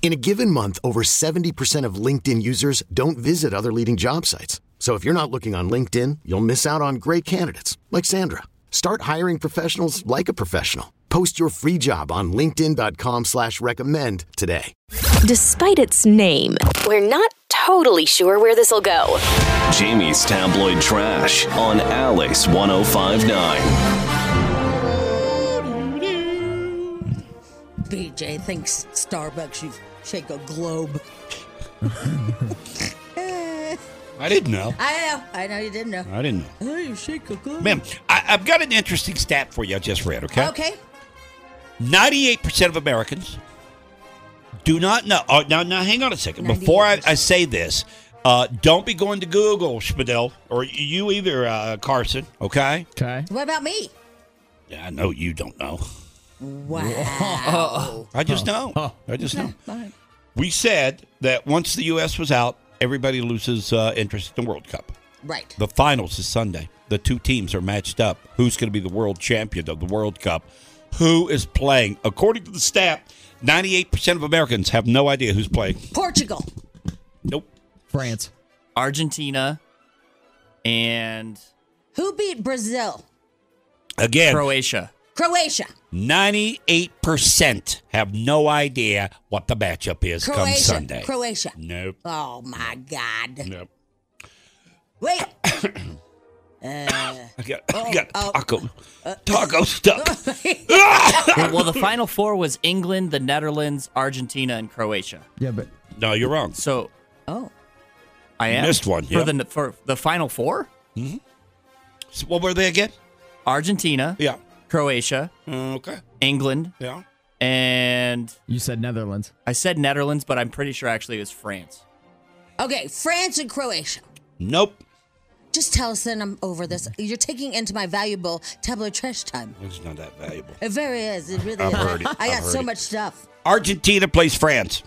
In a given month, over 70% of LinkedIn users don't visit other leading job sites. So if you're not looking on LinkedIn, you'll miss out on great candidates like Sandra. Start hiring professionals like a professional. Post your free job on linkedin.com slash recommend today. Despite its name, we're not totally sure where this will go. Jamie's tabloid trash on Alice 1059. BJ thinks Starbucks you shake a globe. I didn't know. I know, I know you didn't know. I didn't know. Oh, you shake a globe. Ma'am, I, I've got an interesting stat for you I just read, okay? Okay. 98% of Americans do not know. Oh, now, now, hang on a second. Before I, I say this, uh, don't be going to Google, Spadell, or you either, uh, Carson, okay? Okay. What about me? Yeah, I know you don't know. Wow. I just know. I just know. We said that once the U.S. was out, everybody loses uh, interest in the World Cup. Right. The finals is Sunday. The two teams are matched up. Who's going to be the world champion of the World Cup? Who is playing? According to the stat, 98% of Americans have no idea who's playing. Portugal. Nope. France. Argentina and Who beat Brazil? Again, Croatia. Croatia. 98% have no idea what the matchup is come Croatia. Sunday. Croatia. Nope. Oh my God. Nope. Wait. I got, I Oh, got oh. Uh. taco, taco stuck. well, well, the final four was England, the Netherlands, Argentina, and Croatia. Yeah, but no, you're wrong. So oh. I am Missed one, for yep. the for the final four: So what were they again? Argentina, Yeah. Uh, Croatia, Okay. England, Yeah. and you said Netherlands. I said Netherlands, but I'm pretty sure actually it was France. Okay. France and Croatia. Nope. Just tell us then I'm over this. You're taking into my valuable tabloid trash time. It's not that valuable. It very is. It really I've is. heard it. I I've got heard so it. much stuff. Argentina plays France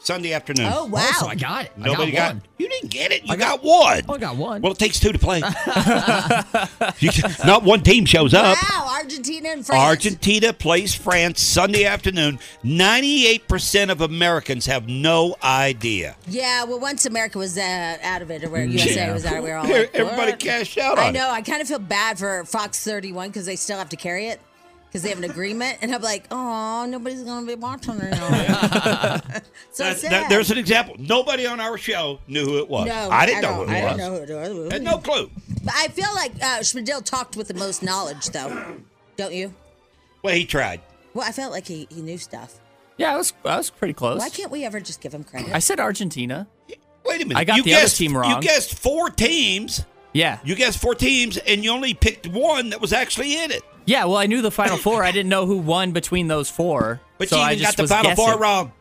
Sunday afternoon. Oh, wow. so I got it. I Nobody got, got, one. You didn't get it. You got, one. Oh, I got one. Well, it takes two to play. You can- not one team shows up. Wow. Argentina and France. Argentina plays France Sunday afternoon. 98% of Americans have no idea. Yeah, well, once America was uh, out of it, or where USA was out, we were all Mm-hmm. Here, like, Everybody "What?" cashed out on I know. I kind of feel bad for Fox 31 because they still have to carry it because they have an agreement, and I'm like, oh, nobody's gonna be watching it now. so it. That- sad. that- there's an example. Nobody on our show knew who it was. no, I didn't at know all. I who it was. didn't know who it was. Had no clue. But I feel like uh, Schmidl talked with the most knowledge, though. Don't you? Well, he tried. Well, I felt like he, he knew stuff. Yeah, I was I was pretty close. Why can't we ever just give him credit? I said Argentina. Wait a minute. I got you the other guessed, team You wrong. guessed four teams. Yeah, You guessed four teams, and you only picked one that was actually in it. yeah. Well, I knew the final four. I didn't know who won between those four. But so you I even got just the was final four guessing. wrong.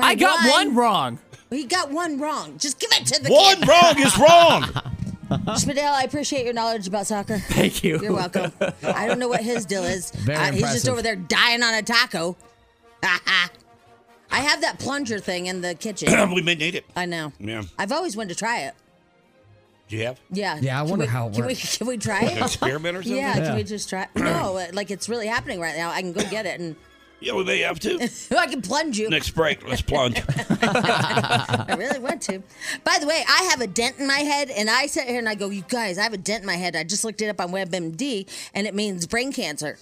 I got one wrong. He got one wrong. Just give it to the One kid. wrong is wrong. Schmidl, I appreciate your knowledge about soccer. Thank you. You're welcome. I don't know what his deal is. Uh, Very he's just impressive. over there dying on a taco. I have that plunger thing in the kitchen. we may need it. I know. Yeah. I've always wanted to try it. Do you have Yeah. Yeah, I Can wonder we- how it can works. We, can we try an it? experiment or something? yeah, Can Yeah. we just try? No, uh, like it's really happening right now. I can go get it and Yeah, we may have to. I can plunge you. Next break, let's plunge. I really want to. By the way, I have a dent in my head, and I sit here and I go, "You guys, I have a dent in my head." I just looked it up on WebMD, and it means brain cancer.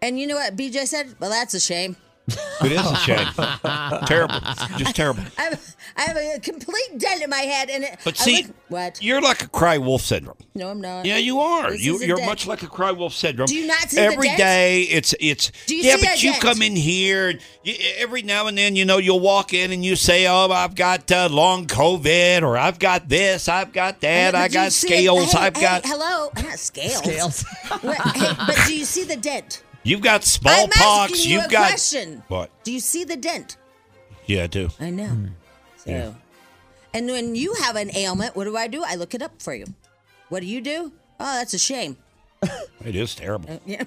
And you know what BJ said? Well, that's a shame. It is a shame. terrible. Just terrible. I have, I have a complete dent in my head, and it. But I see, look- what? you're like a cry wolf syndrome. No, I'm not. Yeah, you are. This You, is a you're dent. much like a cry wolf syndrome. Do you not see the every dent? day? It's it's. Do you yeah, see a but you dent? come in here. and You, every now and then, you know, you'll walk in and you say, "Oh, I've got uh, long COVID," or "I've got this," "I've got that," But "I do you got see it- scales," hey, "I've hey, got." hello, not scales. Scales. What- hey, but do you see the dent? You've I'm got smallpox. asking you you've a got question. what? Do you see the dent? Yeah, I do. I know. So, Yeah. and when you have an ailment, what do I do? I look it up for you. What do you do? Oh, that's a shame. It is terrible. Yeah.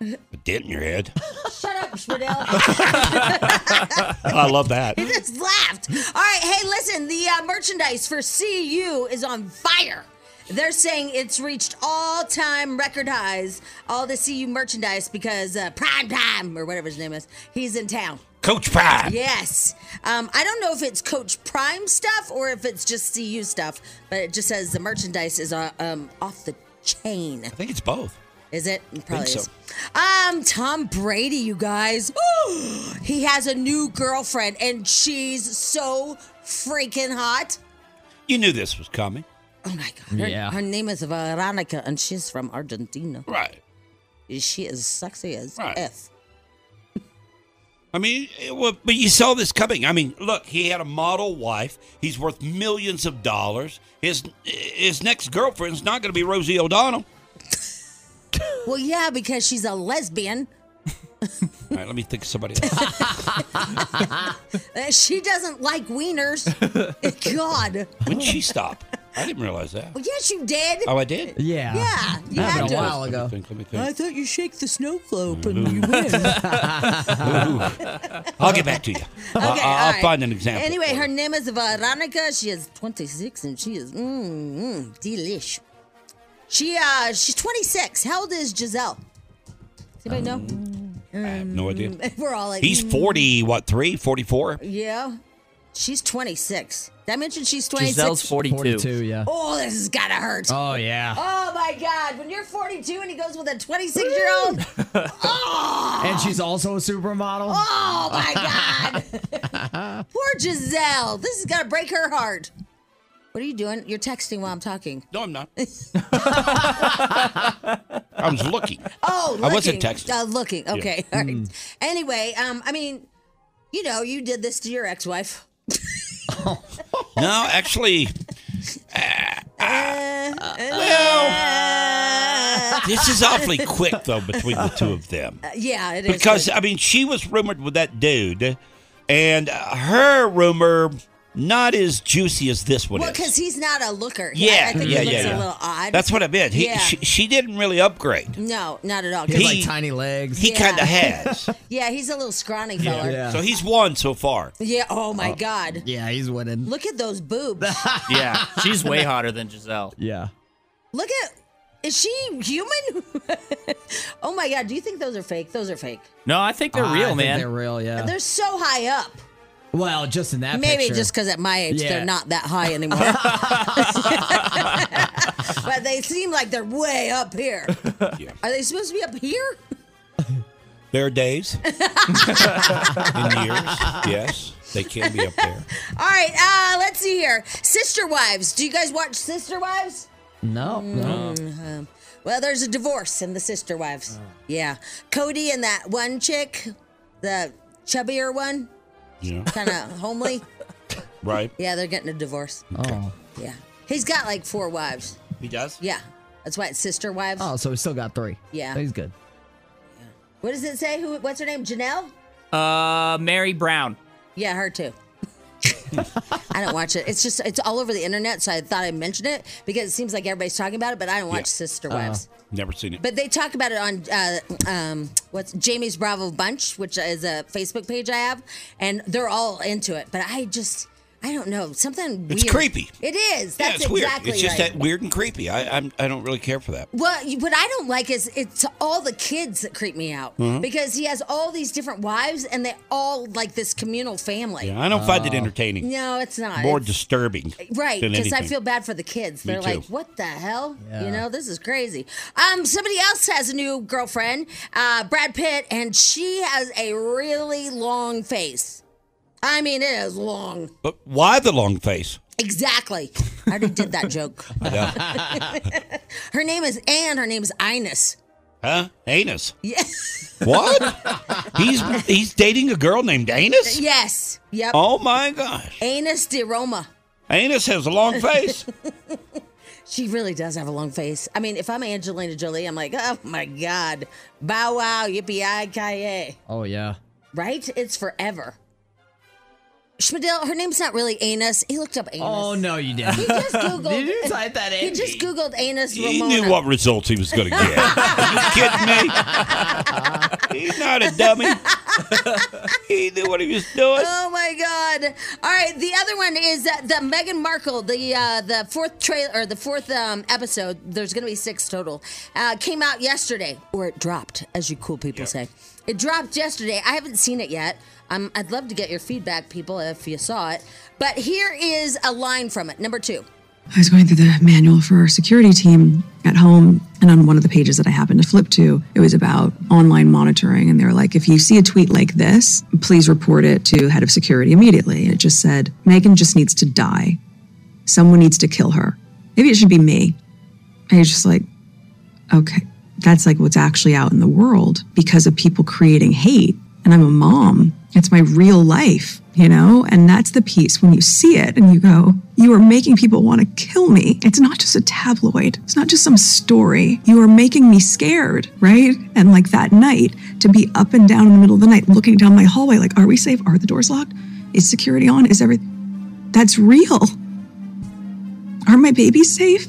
A dent in your head. Shut up, Spadell. I love that. You just laughed. All right, hey, listen, the uh, merchandise for CU is on fire. They're saying it's reached all time record highs, all the CU merchandise, because uh, Prime Time, or whatever his name is, he's in town. Coach Prime. Yes. Um, I don't know if it's Coach Prime stuff or if it's just CU stuff, but it just says the merchandise is uh, um, off the chain. I think it's both. Is it? It Probably so. is. Um, Tom Brady, you guys. he has a new girlfriend, and she's so freaking hot. You knew this was coming. Oh my god. Her, Yeah. her name is Veronica, and she's from Argentina. Right. She is sexy as Right. f. I mean, it wa- but you saw this coming. I mean, look, he had a model wife. He's worth millions of dollars. His his next girlfriend's not going to be Rosie O'Donnell. Well, yeah, because she's a lesbian. All right, let me think of somebody else. Uh, She doesn't like wieners. God. when she stop? I didn't realize that. Well, yes, you did. Oh, I did. Yeah. Yeah, you That had happened to. a while ago. Let me think. Let me think. thought you shake the snow globe and Mm-hmm. you win. I'll get back to you. I- Okay, I, all will right. find an example. Anyway, her name is Veronica. She is 26 and she is mm, mm, delish. She uh she's 26. How old is Giselle? Does anybody I have no idea. know? We're all like He's mm, forty. What three? Forty-four. Yeah. She's 26. That mentioned she's 26. Giselle's 42. 42, yeah. oh, this has gotta hurt. Oh. Oh, yeah. my god, when you're 42 and he goes with a 26 year old, And she's also a supermodel. oh my god. Poor Giselle. This is gonna break her heart. What are you doing? You're texting while I'm talking. No, I'm not. I was looking. Oh, looking. I wasn't texting. Uh, looking. Okay. All right. Anyway, um, I mean, you know, you did this to your ex-wife. No, actually, Uh, this is awfully quick though between the two of them. Yeah, it is. because good. I mean she was rumored with that dude, and uh, her rumor not as juicy as this one well, is. because he's not a looker. I- yeah, I, think yeah, he looks yeah, yeah. a little odd. That's what I meant. He, Yeah. she, she didn't really upgrade. no, not at all. 'Cause, He has he- like tiny legs. He Yeah. kind of has. yeah, he's a little scrawny fella. Yeah. Yeah. So he's won so far. oh my God. yeah, he's winning. Look at those boobs. Yeah, she's way hotter than Giselle. Yeah. Look at. Is she human? oh my God. Do you think those are fake? Those are fake. No, I think they're I real, think man. They're real, yeah. They're so high up. well, just in that Maybe picture. just because at my age Yeah. they're not that high anymore. but they seem like they're way up here. Are they supposed to be up here? There are days and years. Yes, they can be up there. All right, uh, let's see here. Sister Wives. Do you guys watch Sister Wives? No. Mm. no. Well, there's a divorce in the Sister Wives. Oh. Yeah. Cody and that one chick, the chubbier one, Yeah, kind of homely. right. Yeah, they're getting a divorce. Oh. Yeah. He's got like four wives. He does. Yeah. That's why it's Sister Wives. oh, so we still got three. Yeah. He's good. What does it say? Who? What's her name? Janelle? Uh, Mary Brown. Yeah, her too. I don't watch it. It's just it's all over the internet, so I thought I'd mention it because it seems like everybody's talking about it, but I don't watch Yeah. Uh-huh. Sister Wives. Never seen it. But they talk about it on uh, um, what's Jamie's Bravo Bunch, which is a Facebook page I have, and they're all into it. But I just I don't know. Something weird. It's creepy. It is. Yeah, That's it's weird. exactly it's just right. that weird and creepy. I I'm, I don't really care for that. Well, you- what I don't like is it's all the kids that creep me out Mm-hmm. because he has all these different wives and they all like this communal family. Yeah, I don't find Uh, it entertaining. No, it's not. More It's- disturbing. Right, than because I anything. feel bad for the kids. Me They're too. like, "What the hell? Yeah. You know, this is crazy." Um, somebody else has a new girlfriend, uh, Brad Pitt, and she has a really long face. I mean, it is long. But why the long face? Exactly. I already did that joke. her name is Anne. Her name is Ines. Huh? Anus. What? he's he's dating a girl named Anus? Yes. Yep. Oh my gosh. Anus de Roma. Anus has a long face. She really does have a long face. I mean, if I'm Angelina Jolie, I'm like, oh my god, bow wow, yippee i ki Oh yeah. Right? It's forever. Schmidl, her name's not really Anus. He looked up Anus. Oh no, you He didn't. just googled. Did you type that He in? just googled Anus he Ramona. knew what results he was going to get. Are you kidding me? he's not a dummy. he knew what he was doing. Oh my God! All right, the other one is uh, the Meghan Markle, the uh, the fourth trailer or the fourth um, episode. There's going to be six total. Uh, came out yesterday, or it dropped, as you cool people say. It dropped yesterday. I haven't seen it yet. Um, I'd love to get your feedback, people, if you saw it. But here is a line from it. Number two. I was going through the manual for our security team at home, and on one of the pages that I happened to flip to, it was about online monitoring. And they were like, if you see a tweet like this, please report it to head of security immediately. And it just said, Megan just needs to die. Someone needs to kill her. Maybe it should be me. And you're just like, okay, that's like what's actually out in the world because of people creating hate. And I'm a mom. It's my real life, you know? And that's the piece when you see it and you go, you are making people want to kill me. It's not just a tabloid, it's not just some story. You are making me scared, right? And like that night, to be up and down in the middle of the night looking down my hallway, like, are we safe? Are the doors locked? Is security on? Is everything? That's real. Are my babies safe?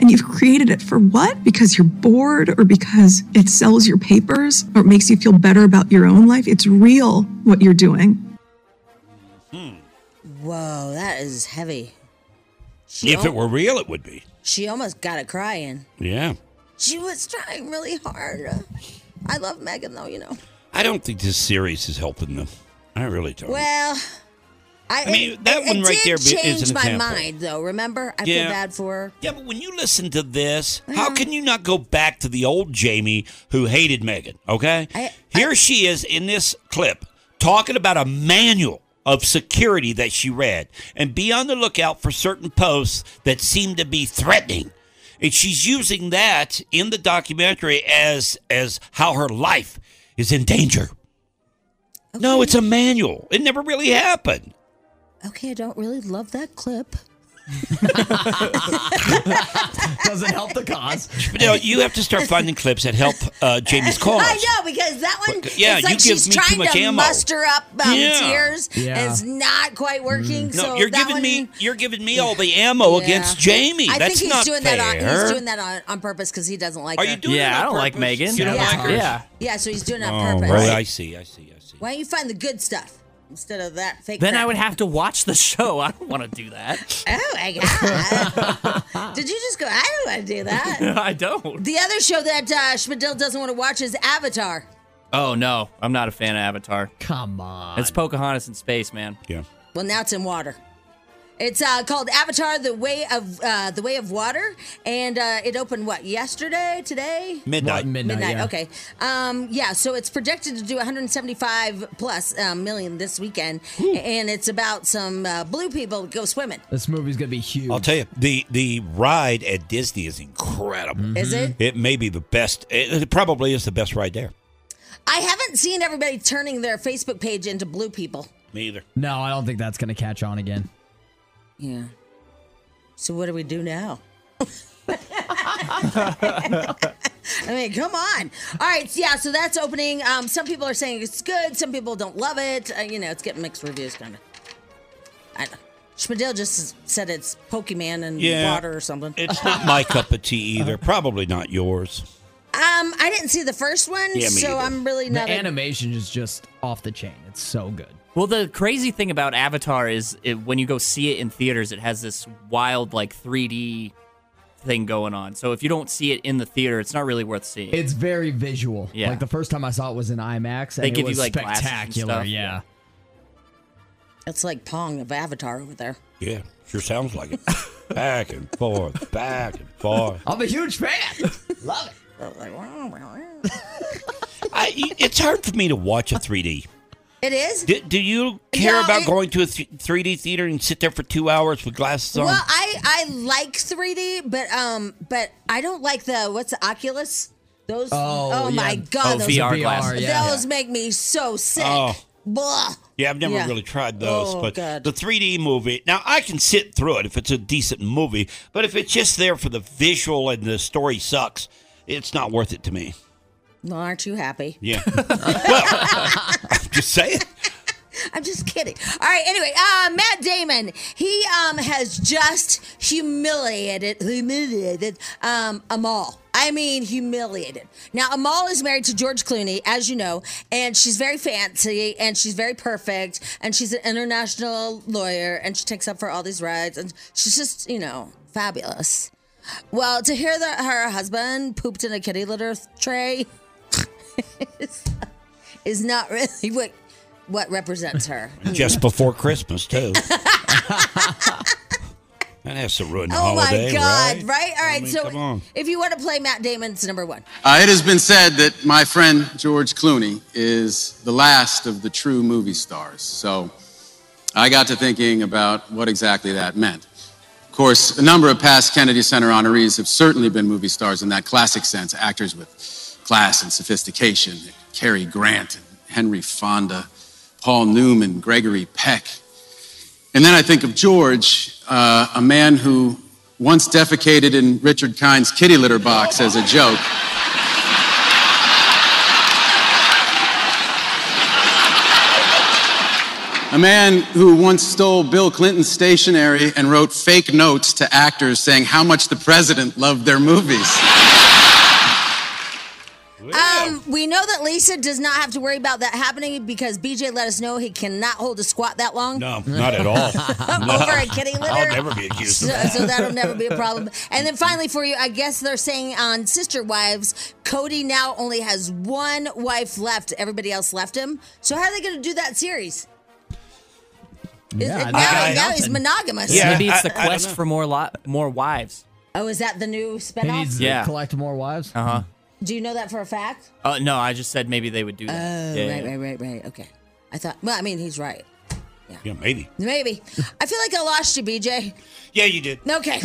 And you've created it for what? Because you're bored or because it sells your papers or it makes you feel better about your own life? It's real what you're doing. Whoa, that is heavy. She If it al- were real, it would be. she almost got it crying. Yeah. She was trying really hard. I love Megan though, you know. I don't think this series is helping them. I really don't. Well, I, I mean, it- that it- one it right there did be- is change an my example. mind, though. Remember, I Yeah. feel bad for her. yeah, but when you listen to this, Mm-hmm. how can you not go back to the old Jamie who hated Megan? Okay? I- Here she is in this clip talking about a manual of security that she read and be on the lookout for certain posts that seem to be threatening. And she's using that in the documentary as as how her life is in danger. No, it's a manual. It never really happened. Okay, I don't really love that clip. Doesn't help the cause. But no, you have to start finding clips that help uh, Jamie's cause. I know because that one. But, yeah, it's like you give she's me too trying much to ammo. muster up um, Yeah. tears, and Yeah. it's not Mm. quite working. No, so you're that giving one, me you're giving me all the ammo Yeah. against Jamie. I think That's he's not doing fair. that. On, he's doing that on, on purpose because he doesn't like. Are her. you doing Yeah, that on I don't like purpose? Megan. You don't Yeah. like her? Yeah. Yeah, so he's doing it on Oh, purpose. right. I see. I see. I see. Why don't you find the good stuff instead of that fake? Then crap? I would have to watch the show. I don't want to do that. Oh my god! Did you just go? I don't want to do that. I don't. The other show that uh, Schmidl doesn't want to watch is Avatar. Oh no, I'm not a fan of Avatar. Come on. It's Pocahontas in space, man. Yeah. Well, now it's in water. It's uh, called Avatar: The Way of uh, The Way of Water, and uh, it opened what yesterday, today, Midnight. midnight. midnight. yeah. Okay, um, yeah. So it's projected to do 175 plus uh, million this weekend, and it's about some uh, blue people go swimming. This movie's gonna be huge. I'll tell you the the ride at Disney is incredible. Is Mm-hmm. it? It may be the best. It, it probably is the best ride there. I haven't seen everybody turning their Facebook page into blue people. Me either. No, I don't think that's gonna catch on again. Yeah. So what do we do now? I mean, come on. All right, yeah. So that's opening. Um, some people are saying it's good. Some people don't love it. Uh, you know, it's getting mixed reviews, kind of. I don't. Schmidl just said it's Pokemon and Yeah. water or something. It's not my cup of tea either. Probably not yours. Um, I didn't see the first one, Yeah, me so either. I'm really The not. a- animation is just off the chain. It's so good. Well, the crazy thing about Avatar is it, when you go see it in theaters, it has this wild like 3D thing going on. So if you don't see it in the theater, it's not really worth seeing. It's very visual. Yeah. Like the first time I saw it was in IMAX. And They it give you, was like, glasses and spectacular. stuff. Yeah. It's like Pong of Avatar over there. Yeah, sure sounds like it. back and forth, back and forth. I'm a huge fan. Love it. I, it's hard for me to watch a 3D. It is? Do, do you care No, about it- going to a th- 3D theater and sit there for two hours with glasses on? Well, I I like 3D, but um, but I don't like the what's the Oculus? Those Oh, yeah. my god, Oh, those, VR glasses. yeah. those make me so sick. Oh. Blah. yeah, I've never Yeah. really tried those, Oh, but God. the 3D movie. Now I can sit through it if it's a decent movie, but if it's just there for the visual and the story sucks, it's not worth it to me. Well, aren't you happy? Yeah. well, I'm just saying. I'm just kidding. All right. Anyway, uh, Matt Damon, he um has just humiliated humiliated um Amal. I mean humiliated. Now Amal is married to George Clooney, as you know, and she's very fancy and she's very perfect and she's an international lawyer and she takes up for all these rides and she's just you know fabulous. Well, to hear that her husband pooped in a kitty litter tray is, is not really what what represents her. Just before Christmas too. that has to ruin the Oh holiday, my God! right? Right? All right. mean, come so, on. if you want to play Matt Damon's number one, Uh, it has been said that my friend George Clooney is the last of the true movie stars. So I got to thinking about what exactly that meant. Of course, a number of past Kennedy Center honorees have certainly been movie stars in that classic sense actors with class and sophistication. Cary Grant, and Henry Fonda, Paul Newman, Gregory Peck. And then I think of George, uh, a man who once defecated in Richard Kind's kitty litter box as a joke. A man who once stole Bill Clinton's stationery and wrote fake notes to actors saying how much the president loved their movies. um, we know that Lisa does not have to worry about that happening because BJ let us know he cannot hold a squat that long. No, not at all. Over a kitty litter. I'll never be accused So, of that. so that'll never be a problem. And then finally, for you, I guess they're saying on Sister Wives, Cody now only has one wife left. Everybody else left him. So how are they going to do that series? Yeah, now, now he's monogamous. Maybe it's the quest for more lo- more wives. Oh, is that the new spinoff? Yeah. Collect more wives. Uh huh. Do you know that for a fact? Uh, no, I just said maybe they would do that. Oh, Yeah, right, yeah. right, right, right. Okay. I thought, well, I mean, he's right. Yeah, maybe. Maybe. I feel like I lost you, BJ. Yeah, you did. Okay.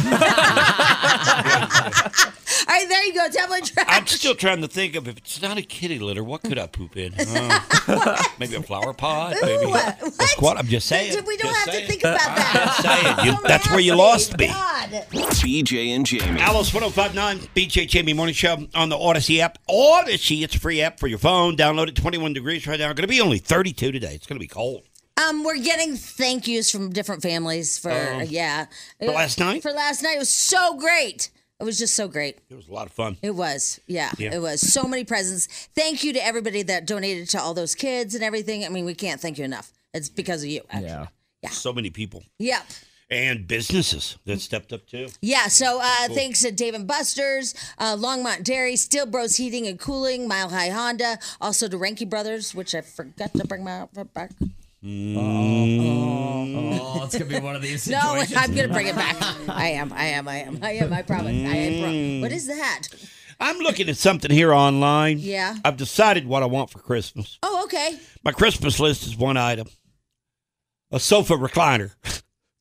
All right, there you go. Tablet trash. I'm still trying to think of if it's not a kitty litter, what could I poop in? Oh, maybe a flower pot, maybe a squat. I'm just saying. We don't just have saying. to think about that. Oh, saying. You- that's where you lost me. God. BJ and Jamie. Alice 1059, BJ Jamie Morning Show on the Odyssey app. Odyssey, it's a free app for your phone. Download it 21 degrees right now. It's going to be only 32 today. It's going to be cold. Um, we're getting thank yous from different families for uh, Oh. yeah. For last night? For last night, it was so great. It was just so great. It was a lot of fun. It was, yeah, Yeah. it was. So many presents. Thank you to everybody that donated to all those kids and everything. I mean, we can't thank you enough. It's because of you. Yeah. Yeah. So many people Yep. and businesses that stepped up too. Yeah, so uh, Cool. thanks to Dave and Buster's, uh, Longmont Dairy, Steel Bros Heating and Cooling, Mile High Honda, also to Ranky Brothers, which I forgot to bring my back. Oh, it's gonna be one of these No, situations. I'm gonna bring it back. I am, I am, I am, I am. I promise. I Mm. am. What is that? I'm looking at something here online. Yeah. I've decided what I want for Christmas. Oh, okay. My Christmas list is one item a sofa recliner.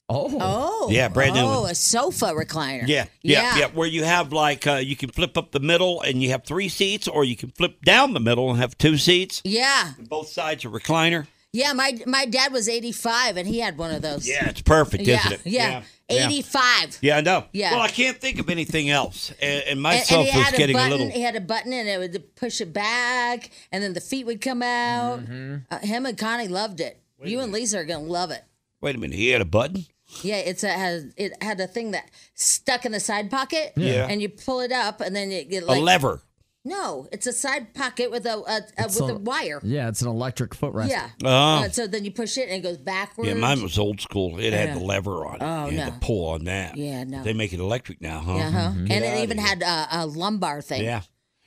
Oh. Oh. Yeah, brand new Oh, one. a sofa recliner. Yeah, yeah, yeah. Where you have like uh, you can flip up the middle and you have three seats, or you can flip down the middle and have two seats. Yeah. Both sides are recliner. Yeah, my my dad was 85 and he had one of those. Yeah, it's perfect, yeah, isn't it? Yeah. yeah. 85. Yeah, I know. Yeah. Well, I can't think of anything else, and, and my And- and, sofa's he had getting a a, button. little. He had a button, and it would push it back, and then the feet would come out. Mm-hmm. Uh, him and Connie loved it. you and Lisa are gonna love it. Wait a minute, he had a button. Yeah, it's a had it had a thing that stuck in the side pocket. Yeah. and you pull it up, and then it, it like a lever. No, it's a side pocket with a, a, a It's with a on- wire. Yeah, it's an electric footrest. Yeah. Ah. Uh, so then you push it and it goes backwards. Yeah, mine was old school. It Yeah. had the lever on it. Oh, you had no. to pull on that. Yeah, no. They make it electric now, huh? Uh-huh. Mm-hmm. Get And outta it even here. Oh, had a, a lumbar thing. Yeah.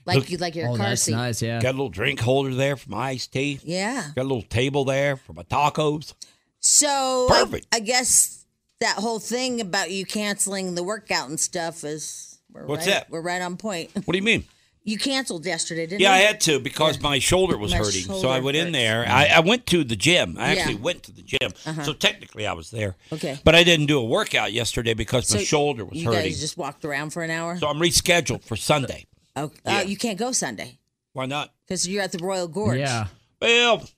Like Look- you like your car seat. Oh, yeah. Got a little drink holder there for my iced tea. Yeah. Got a little table there for my tacos. So I- Perfect. I, guess that whole thing about you canceling the workout and stuff is we're What's right, that? We're right on point. What do you mean? You canceled yesterday, didn't yeah, I you? had to because my shoulder was My hurting. so shoulder I went in hurts. there. I, I went to the gym. I Yeah. Uh-huh. actually went to the gym. So technically I was there. Okay. But I didn't do a workout yesterday because my So shoulder was you hurting. guys just walked around for an hour. so I'm rescheduled for Sunday. oh, yeah. uh, you can't go Sunday Why not? because you're at the Royal Gorge. Well,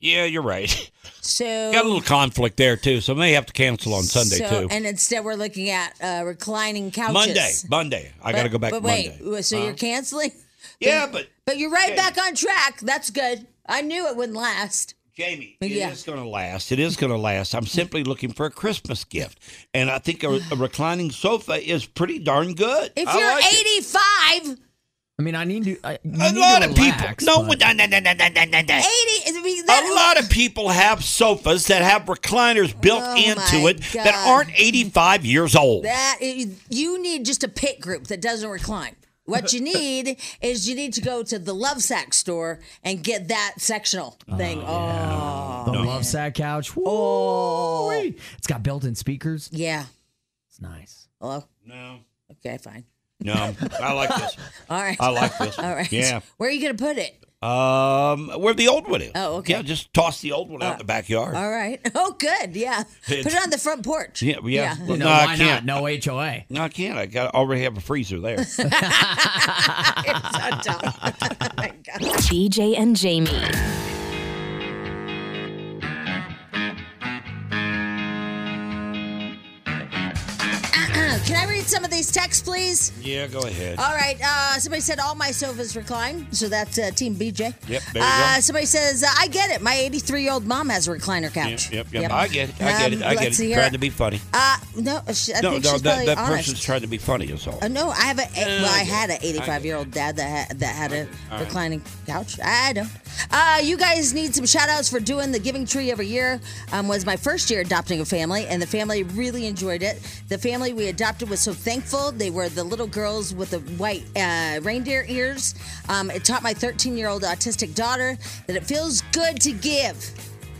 yeah, you're right. So Got a little conflict there too, so may have to cancel on Sunday Oh. so, too. And instead, we're looking at uh, reclining couches. Monday, Monday. I got to But- go back But Monday. wait, so you're canceling? Yeah, Then- but- but you're right Hey. back on track. That's good. I knew it wouldn't last. Jamie, it Yeah. going to last. It is going to last. I'm simply looking for a Christmas gift, and I think a, a reclining sofa is pretty darn good. If I you're like it. 85, I mean, I need to. I, you a need lot to of people, relax, no, but- no, no, no, no, no, no, no. 80, I mean, that, A lot of people have sofas that have recliners built Oh, into my it that God. aren't 85 years old. that you need just a pit group that doesn't recline. What you need is you need to go to the Love Sack store and get that sectional thing. Oh, The love sack couch. Whoa. It's got built-in speakers. yeah. It's nice. Hello. No, Okay, fine. no, I like this. All right. I like this. All right. Yeah. Where are you gonna put it? Um, where the old one is. Oh, okay. Uh, Yeah, just toss the old one out in the backyard. All right. Oh, good. Yeah. Put it on the front porch. Yeah, yeah. You Well, know, no, why I not? can't. No HOA. No, I can't. I got I already have a freezer there. It's so dumb. BJ and Jamie. Uh-uh. Can I read some of these texts, please? yeah, go ahead. All right. Uh, somebody said all my sofas recline, so that's uh, Team BJ. Yep, there you Uh, go. somebody says uh, I get it. My 83 year old mom has a recliner Yep, couch. yep, yep, I get it. I get it. Um, I let's get see it. here. Trying to be funny. Uh, no, she, I no, think no, she's that, probably that honest. person's trying to be funny. Is all. Uh, no, I have a. well, I had an I get it. 85 year old dad that had, that had a All right. reclining couch. I don't. Uh, you guys need some shout outs for doing the Giving Tree every year. Um, was my first year adopting a family, and the family really enjoyed it. The family we adopted was so thankful. They were the little girls with the white uh, reindeer ears. Um, it taught my 13 year old autistic daughter that it feels good to give.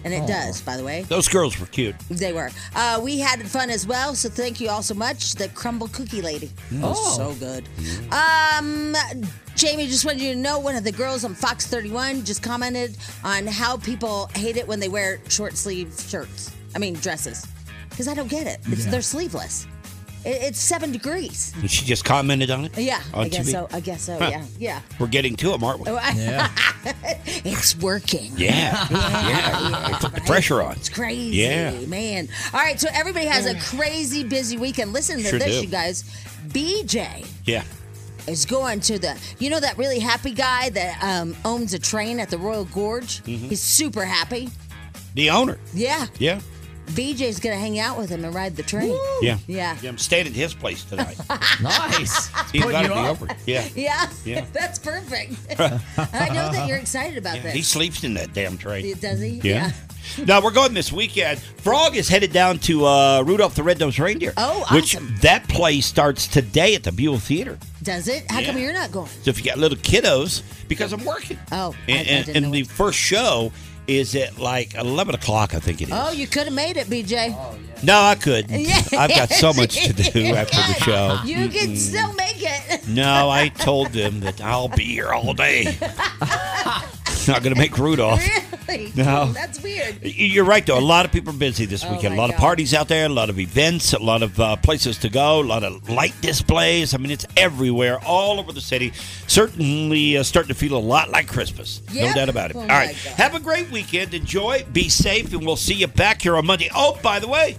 And it does, by the way. Those girls were cute. They were. Uh, we had fun as well, so thank you all so much. The crumble cookie lady. Mm. Oh. so good. Um, Jamie, just wanted you to know one of the girls on Fox 31 just commented on how people hate it when they wear short sleeve shirts. I mean, dresses. Because I don't get it. It's, Yeah. They're sleeveless. It, it's seven degrees. And she just commented on it. Yeah, I On guess TV? so. I guess so. Oh, Huh. Yeah, yeah. We're getting to them, aren't Oh. we? Yeah. it's working. Yeah. Yeah, yeah. They Put the pressure on. It's crazy, Yeah. man. All right, so everybody has a crazy busy weekend. Listen to Sure this, do. you guys. BJ Yeah. is going to the, you know, that really happy guy that um, owns a train at the Royal Gorge. Mm-hmm. He's super happy. The owner. Yeah, Yeah. BJ's gonna hang out with him and ride the train. Yeah. Yeah, Yeah, I'm staying at his place tonight. nice. He Putting invited you me up. over. Yeah. yeah, Yeah. that's perfect. I know that you're excited about He this. sleeps in that damn train. Does he? Yeah. now we're going this weekend. Frog is headed down to uh, Rudolph the Red-Nosed Reindeer. Oh, Which awesome. that play starts today at the Buell Theater. Does it? How come Yeah. you're not going? So if you got little kiddos, because I'm working. Oh, I- I And, and, didn't know and the first show is at like 11 o'clock, I think it is. Oh, you could have made it, BJ. No, I could. Yeah. I've got so much to do after the show. You can Mm-mm. still make it. No, I told them that I'll be here all day. Not going to make Rudolph. Really? No. That's weird. You're right, though. A lot of people are busy this Oh, weekend. my a lot God. of parties out there, a lot of events, a lot of uh, places to go, a lot of light displays. I mean, it's everywhere, all over the city. Certainly uh, starting to feel a lot like Christmas. No Yep. doubt about it. Oh, all my right. God. Have a great weekend. Enjoy. Be safe, and we'll see you back here on Monday. Oh, by the way,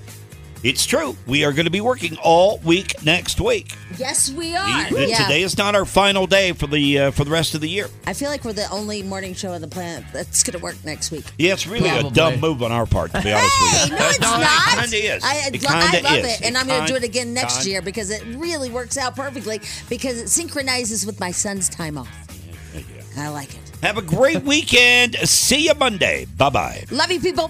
it's true. We are going to be working all week next week. Yes, we are. Th- Yeah. Today is not our final day for the uh, for the rest of the year. I feel like we're the only morning show on the planet that's going to work next week. Yeah, it's really Probably. a dumb move on our part, to be honest with Hey, you. no, it's it not. kinda is. I, It I kinda love is. it, and I'm going to do it kin- again next kin- year because it really works out perfectly because it synchronizes with my son's time off. I like it. Have a great weekend. See you Monday. Bye bye. Love you, people.